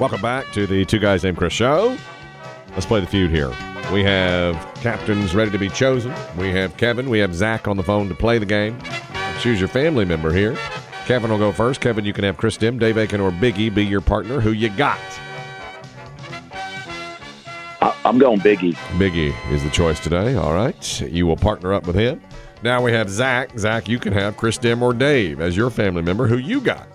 Welcome back to the Two Guys Named Chris show. Let's play the feud here. We have captains ready to be chosen. We have Kevin. We have Zach on the phone to play the game. Choose your family member here. Kevin will go first. Kevin, you can have Chris Dim, Dave Aiken, or Biggie be your partner. Who you got? I, I'm going Biggie. Biggie is the choice today. All right. You will partner up with him. Now we have Zach. Zach, you can have Chris Dim or Dave as your family member. Who you got?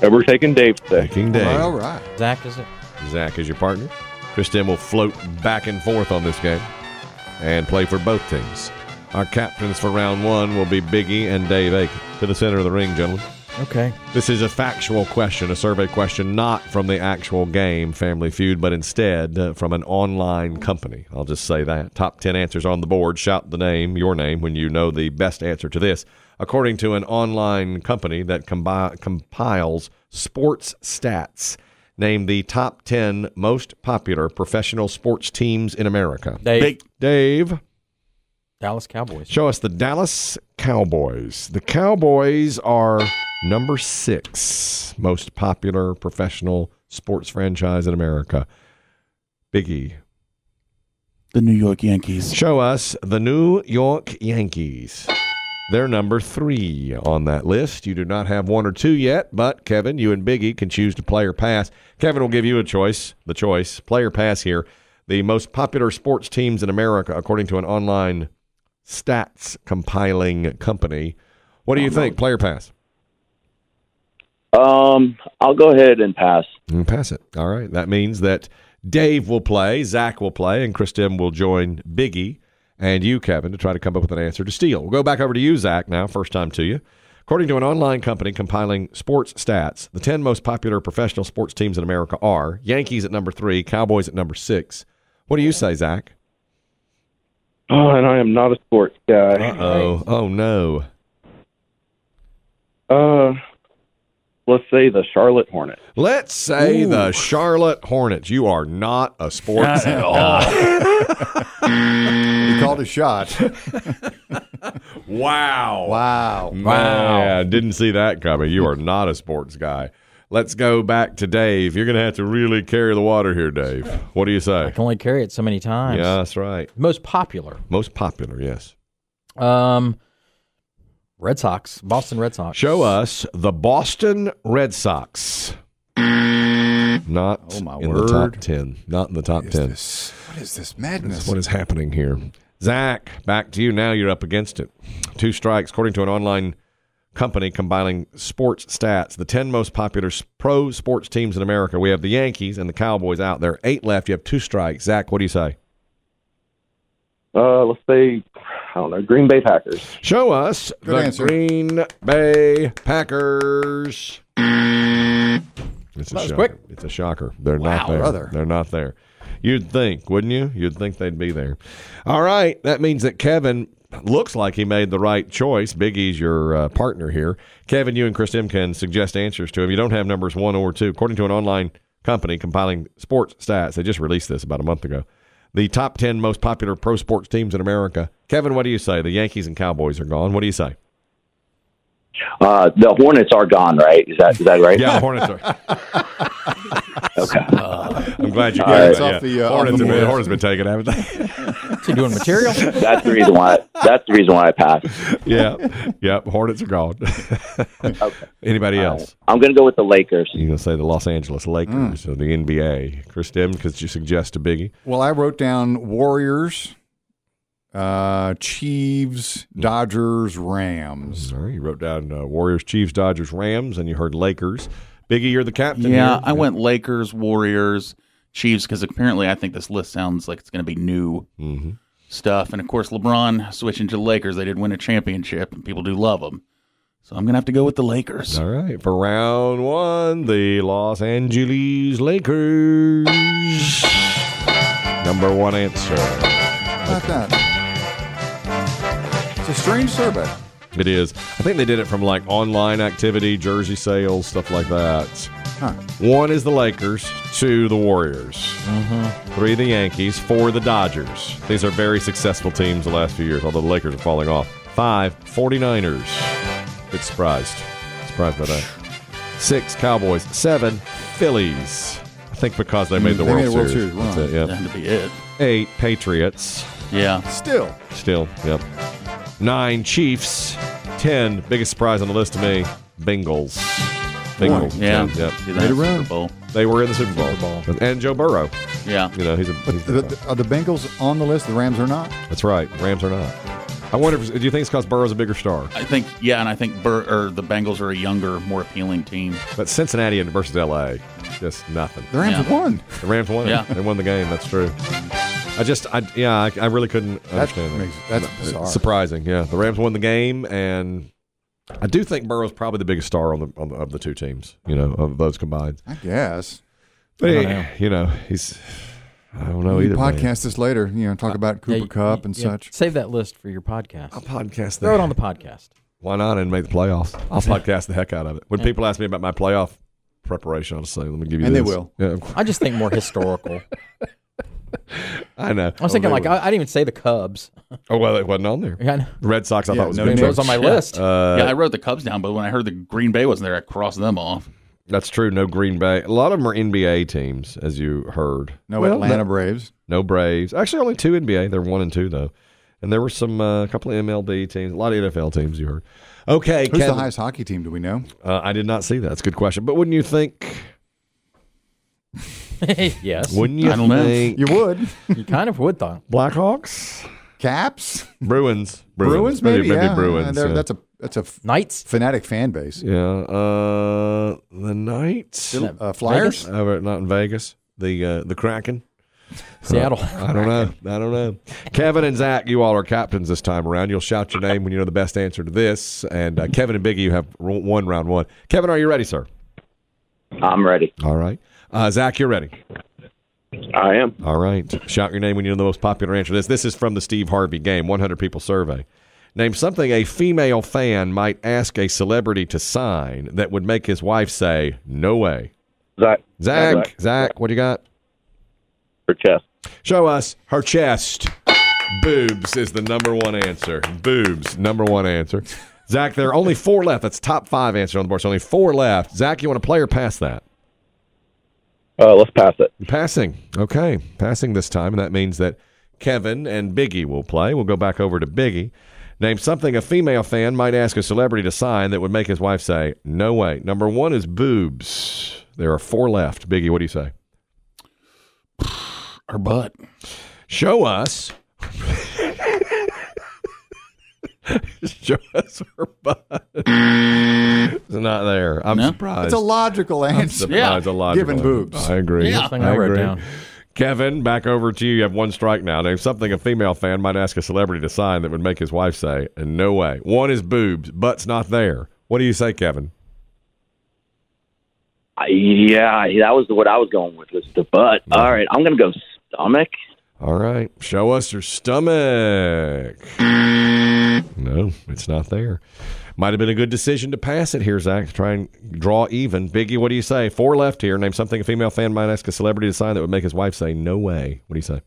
And we're taking Dave today. Taking Dave. All right. Zach is it? Zach is your partner. Chris Dem will float back and forth on this game and play for both teams. Our captains for round one will be Biggie and Dave Aiken. To the center of the ring, gentlemen. Okay. This is a factual question, a survey question, not from the actual game Family Feud, but instead uh, from an online company. I'll just say that. Top 10 answers on the board. Shout the name, your name, when you know the best answer to this. According to an online company that combi- compiles sports stats, name the top 10 most popular professional sports teams in America. They Big. Dave. Dallas Cowboys. Show us the Dallas Cowboys. The Cowboys are number six most popular professional sports franchise in America. Biggie. The New York Yankees. Show us the New York Yankees. They're number three on that list. You do not have one or two yet, but Kevin, you and Biggie can choose to play or pass. Kevin will give you a choice, the choice, play or pass here. The most popular sports teams in America, according to an online stats compiling company. What do you think? Player pass? Um, I'll go ahead and pass. Mm, pass it. All right. That means that Dave will play, Zach will play, and Kristen will join Biggie and you, Kevin, to try to come up with an answer to steal. We'll go back over to you, Zach, now. First time to you. According to an online company compiling sports stats, the 10 most popular professional sports teams in America are Yankees at number three, Cowboys at number six. What do you say, Zach? Oh, and I am not a sports guy. Oh, oh no. Uh, let's say the Charlotte Hornet. Let's say the Charlotte Hornets. You are not a sports at all. He called a shot. Wow. Wow. Wow. Yeah, didn't see that coming. You are not a sports guy. Let's go back to Dave. You're going to have to really carry the water here, Dave. What do you I say? can only carry it so many times. Yeah, that's right. Most popular. Most popular, yes. Um, Red Sox. Boston Red Sox. Show us the Boston Red Sox. Not Mm. Oh, my in the word. top 10. Not in the top What is 10. this? What is this That's madness? what is happening here. Zach, back to you. Now you're up against it. Two strikes, according to an online company combining sports stats. The 10 most popular s- pro sports teams in America. We have the Yankees and the Cowboys out there. Eight left. You have two strikes. Zach, what do you say? Uh, let's say I don't know Green Bay Packers. Show us Good the answer. Green Bay Packers. It's a That was shocker. quick. It's a shocker. They're not Wow, there. brother. They're not there. You'd think, wouldn't you? You'd think they'd be there. All right. That means that Kevin looks like he made the right choice. Biggie's your uh, partner here. Kevin, you and Chris M can suggest answers to him. You don't have numbers one or two. According to an online company compiling sports stats, they just released this about a month ago. The top 10 most popular pro sports teams in America. Kevin, what do you say? The Yankees and Cowboys are gone. What do you say? Uh, the Hornets are gone, right? Is that is that right? Yeah, the Hornets are. Uh, Okay. I'm glad you All right. got It's that. off Yeah. the, uh, off Hornets, the have been, board. Hornets been taken, haven't they? Is he doing material? That's the reason why. That's the reason why I passed. yeah, yeah. Hornets are gone. Anybody else? I'm going to go with the Lakers. You're gonna say the Los Angeles Lakers Mm. or the NBA? Chris Dem, could you suggest a Biggie? Well, I wrote down Warriors, uh, Chiefs, Dodgers, Rams. All right, you wrote down uh, Warriors, Chiefs, Dodgers, Rams, and you heard Lakers. Biggie, you're the captain. Yeah, here. I went Lakers, Warriors, Chiefs because apparently I think this list sounds like it's going to be new Mhm. stuff. And of course, LeBron switching to the Lakers, they did win a championship, and people do love him. So I'm gonna have to go with the Lakers. All right. For round one, the Los Angeles Lakers. Number one answer. How about that? It's a strange survey. It is. I think they did it from like online activity, jersey sales, stuff like that. Huh. One is the Lakers, two the Warriors, Mm-hmm. three the Yankees, four the Dodgers. These are very successful teams the last few years, although the Lakers are falling off. Five, 49ers. Bit surprised. Surprised by that. Six, Cowboys. Seven, Phillies. I think because they made the Mm, They World made a World Series. Series run. That's it, yeah. That had to be it. Eight, Patriots. Yeah. Still, Still, yep. Nine Chiefs, ten biggest surprise on the list to me, Bengals. Bengals, Yeah. ten, yep. See, Made a that's run. Super Bowl. They were in the Super Bowl. And Joe Burrow, Yeah. you know, he's a. but he's a- the, the, are the Bengals on the list? The Rams are not. that's right. Rams are not. I wonder. If, do you think it's because Burrow's a bigger star? I think yeah, and I think Bur- or the Bengals are a younger, more appealing team. But Cincinnati and versus L.A. Just nothing. The Rams Yeah. have won. The Rams won. Yeah. They won the game. That's true. I just, I yeah, I, I really couldn't That understand that. makes, that's bizarre. Surprising, yeah. The Rams won the game, and I do think Burrow's probably the biggest star on the, on the of the two teams. You know, of those combined. I guess. But I don't he- know. you know, he's I don't know Oh, we either. can man. podcast this later. You know, talk about Cooper Yeah, you- Cup and yeah, such. Save that list for your podcast. I'll podcast Throw that. it on the podcast. Why not? And make the playoffs. I'll podcast the heck out of it. When people ask me about my playoff preparation, I'll say, "Let me give you." And they this. will. Yeah, of course. I just think more historical. I know. I was thinking like I, I didn't even say the Cubs. oh well, it wasn't on there. I know. Red Sox, I Yeah, thought was no a good It Sure. was on my Yeah. list. Uh, yeah, I wrote the Cubs down, but when I heard the Green Bay wasn't there, I crossed them off. That's true. No Green Bay. A lot of them are NBA teams, as you heard. No Well, Atlanta Braves. No Braves. Actually, only two NBA. They're one and two though, and there were some uh, a couple of MLB teams, a lot of NFL teams. You heard. Okay, Who's Kevin. the highest hockey team? Do we know? Uh, I did not see that. That's a good question. But wouldn't you think? yes, Wouldn't you I don't know. think? You would. you kind of would though. Blackhawks, Caps. Bruins, Bruins, maybe. yeah. Bruins. They're- yeah. That's a that's a f- Knights. fanatic fan base. yeah. Uh, the Knights. Still- Uh, Flyers. Uh, but not in Vegas. The uh, the Kraken. Seattle. I don't know. I don't know. Kevin and Zach, you all are captains this time around. You'll shout your name when you know the best answer to this. And uh, Kevin and Biggie, you have ro- one round one. Kevin, are you ready, sir? I'm ready. All right. Uh, Zach, you're ready. I am. All right. Shout your name when you know the most popular answer to this. This is from the Steve Harvey game, 100 people survey. Name something a female fan might ask a celebrity to sign that would make his wife say, no way. Zach. Zach, Zach, what do you got? Her chest. Show us her chest. Boobs is the number one answer. Boobs, number one answer. Zach, there are only four left. That's top five answer on the board. So only four left. Zach, you want to play or pass that? Uh, let's pass it. Passing. Okay. Passing this time. And that means that Kevin and Biggie will play. We'll go back over to Biggie. Name something a female fan might ask a celebrity to sign that would make his wife say, no way. Number one is boobs. There are four left. Biggie, what do you say? Or butt. Show us. Show us her butt. it's not there. I'm No? surprised. It's a logical answer. Surprised Yeah. a lot. Given boobs. I agree. Yeah. Thing I wrote agree. down. Kevin, back over to you. You have one strike now. Name something a female fan might ask a celebrity to sign that would make his wife say, "No way." One is boobs, butt's not there. What do you say, Kevin? I, yeah, that was what I was going with was the butt. All right, I'm gonna go stomach. All right, show us your stomach. No, it's not there. Might have been a good decision to pass it here, Zach. to Try and draw even. Biggie, what do you say? Four left here. Name something a female fan might ask a celebrity to sign that would make his wife say, "No way." What do you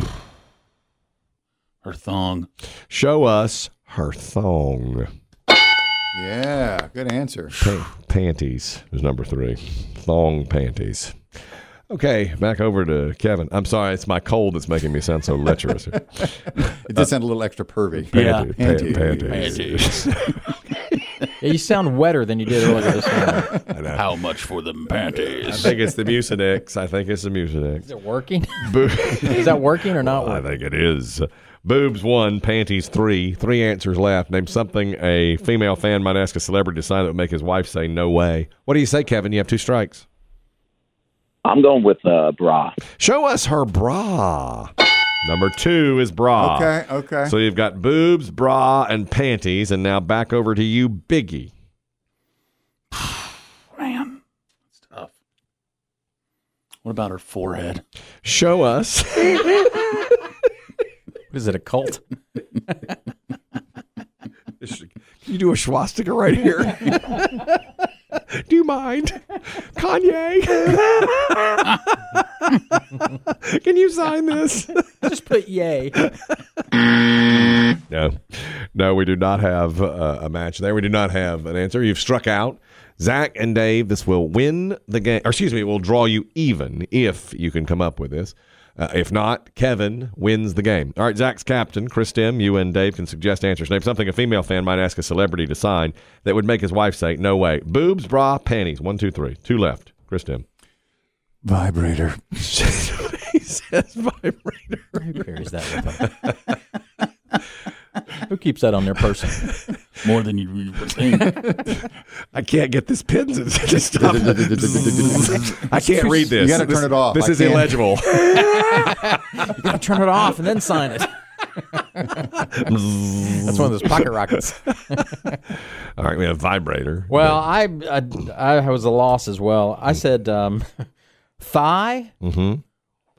say? Her thong. Show us her thong. Yeah, good answer. Pa- panties is number three. Thong panties. Okay, back over to Kevin. I'm sorry, it's my cold that's making me sound so lecherous. here. It did sound a little extra pervy. Yeah. uh, Panty- Panties. panties. Yeah, you sound wetter than you did earlier this morning. How much for them I panties? think it's the Mucinex. I think it's the Mucinex. Is it working? Boo- Is that working or not I working? think it is. Boobs one, panties three. Three answers left. Name something a female fan might ask a celebrity to sign that would make his wife say no way. What do you say, Kevin? You have two strikes. I'm going with uh, bra. Show us her bra. Number two is bra. Okay, okay. So you've got boobs, bra, and panties, and now back over to you, Biggie. Man, it's tough. What about her forehead? Show us. What is it, a cult? you do a swastika right here? do you mind? Kanye? Can you sign this? Just put yay. No, no, we do not have uh, a match there. We do not have an answer. You've struck out. Zach and Dave, this will win the game. Or excuse me, it will draw you even if you can come up with this. Uh, if not, Kevin wins the game. All right, Zach's captain, Chris Tim, you and Dave can suggest answers. Name something a female fan might ask a celebrity to sign that would make his wife say, no way. Boobs, bra, panties. One, two, three. Two left. Chris Tim. Vibrator. he says vibrator. Who carries that with them? Who keeps that on their person? More than you would think. I can't get this pins to stop. I can't read this. You gotta This- turn it off. This I is can't. illegible. Gotta turn it off and then sign it. That's one of those pocket rockets. All right, we have vibrator. Well, I, I I was a loss as well. I said um, thigh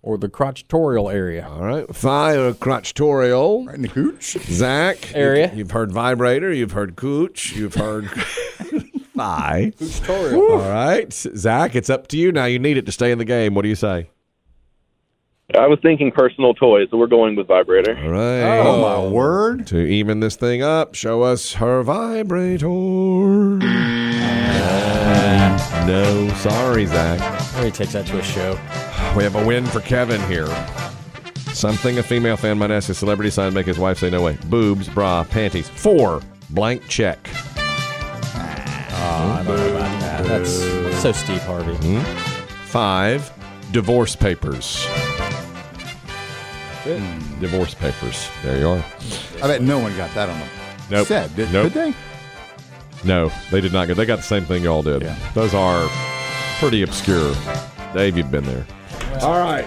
or the crotchatorial area. All right, thigh or crotchtorial. In the cooch. Zach you- Area. You've heard vibrator. You've heard cooch. You've heard thigh. Tutorial. All right, Zach, it's up to you now. You need it to stay in the game. What do you say? I was thinking personal toys, so we're going with vibrator. All right. Oh my word. To even this thing up, show us her vibrator. no, sorry, Zach. Or he takes that to a show. We have a win for Kevin here. Something a female fan might ask a celebrity sign to make his wife say no way. Boobs, bra, panties. Four. Blank check. I don't know about that. That's so Steve Harvey. Five. Divorce papers. Divorce papers. There you are. I bet no one got that on them. Nope. Said, did, Nope. did they? No, they did not get. They got the same thing y'all did. Those are pretty obscure. Dave, you've been there. All right.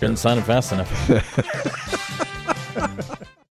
Couldn't sign it fast enough.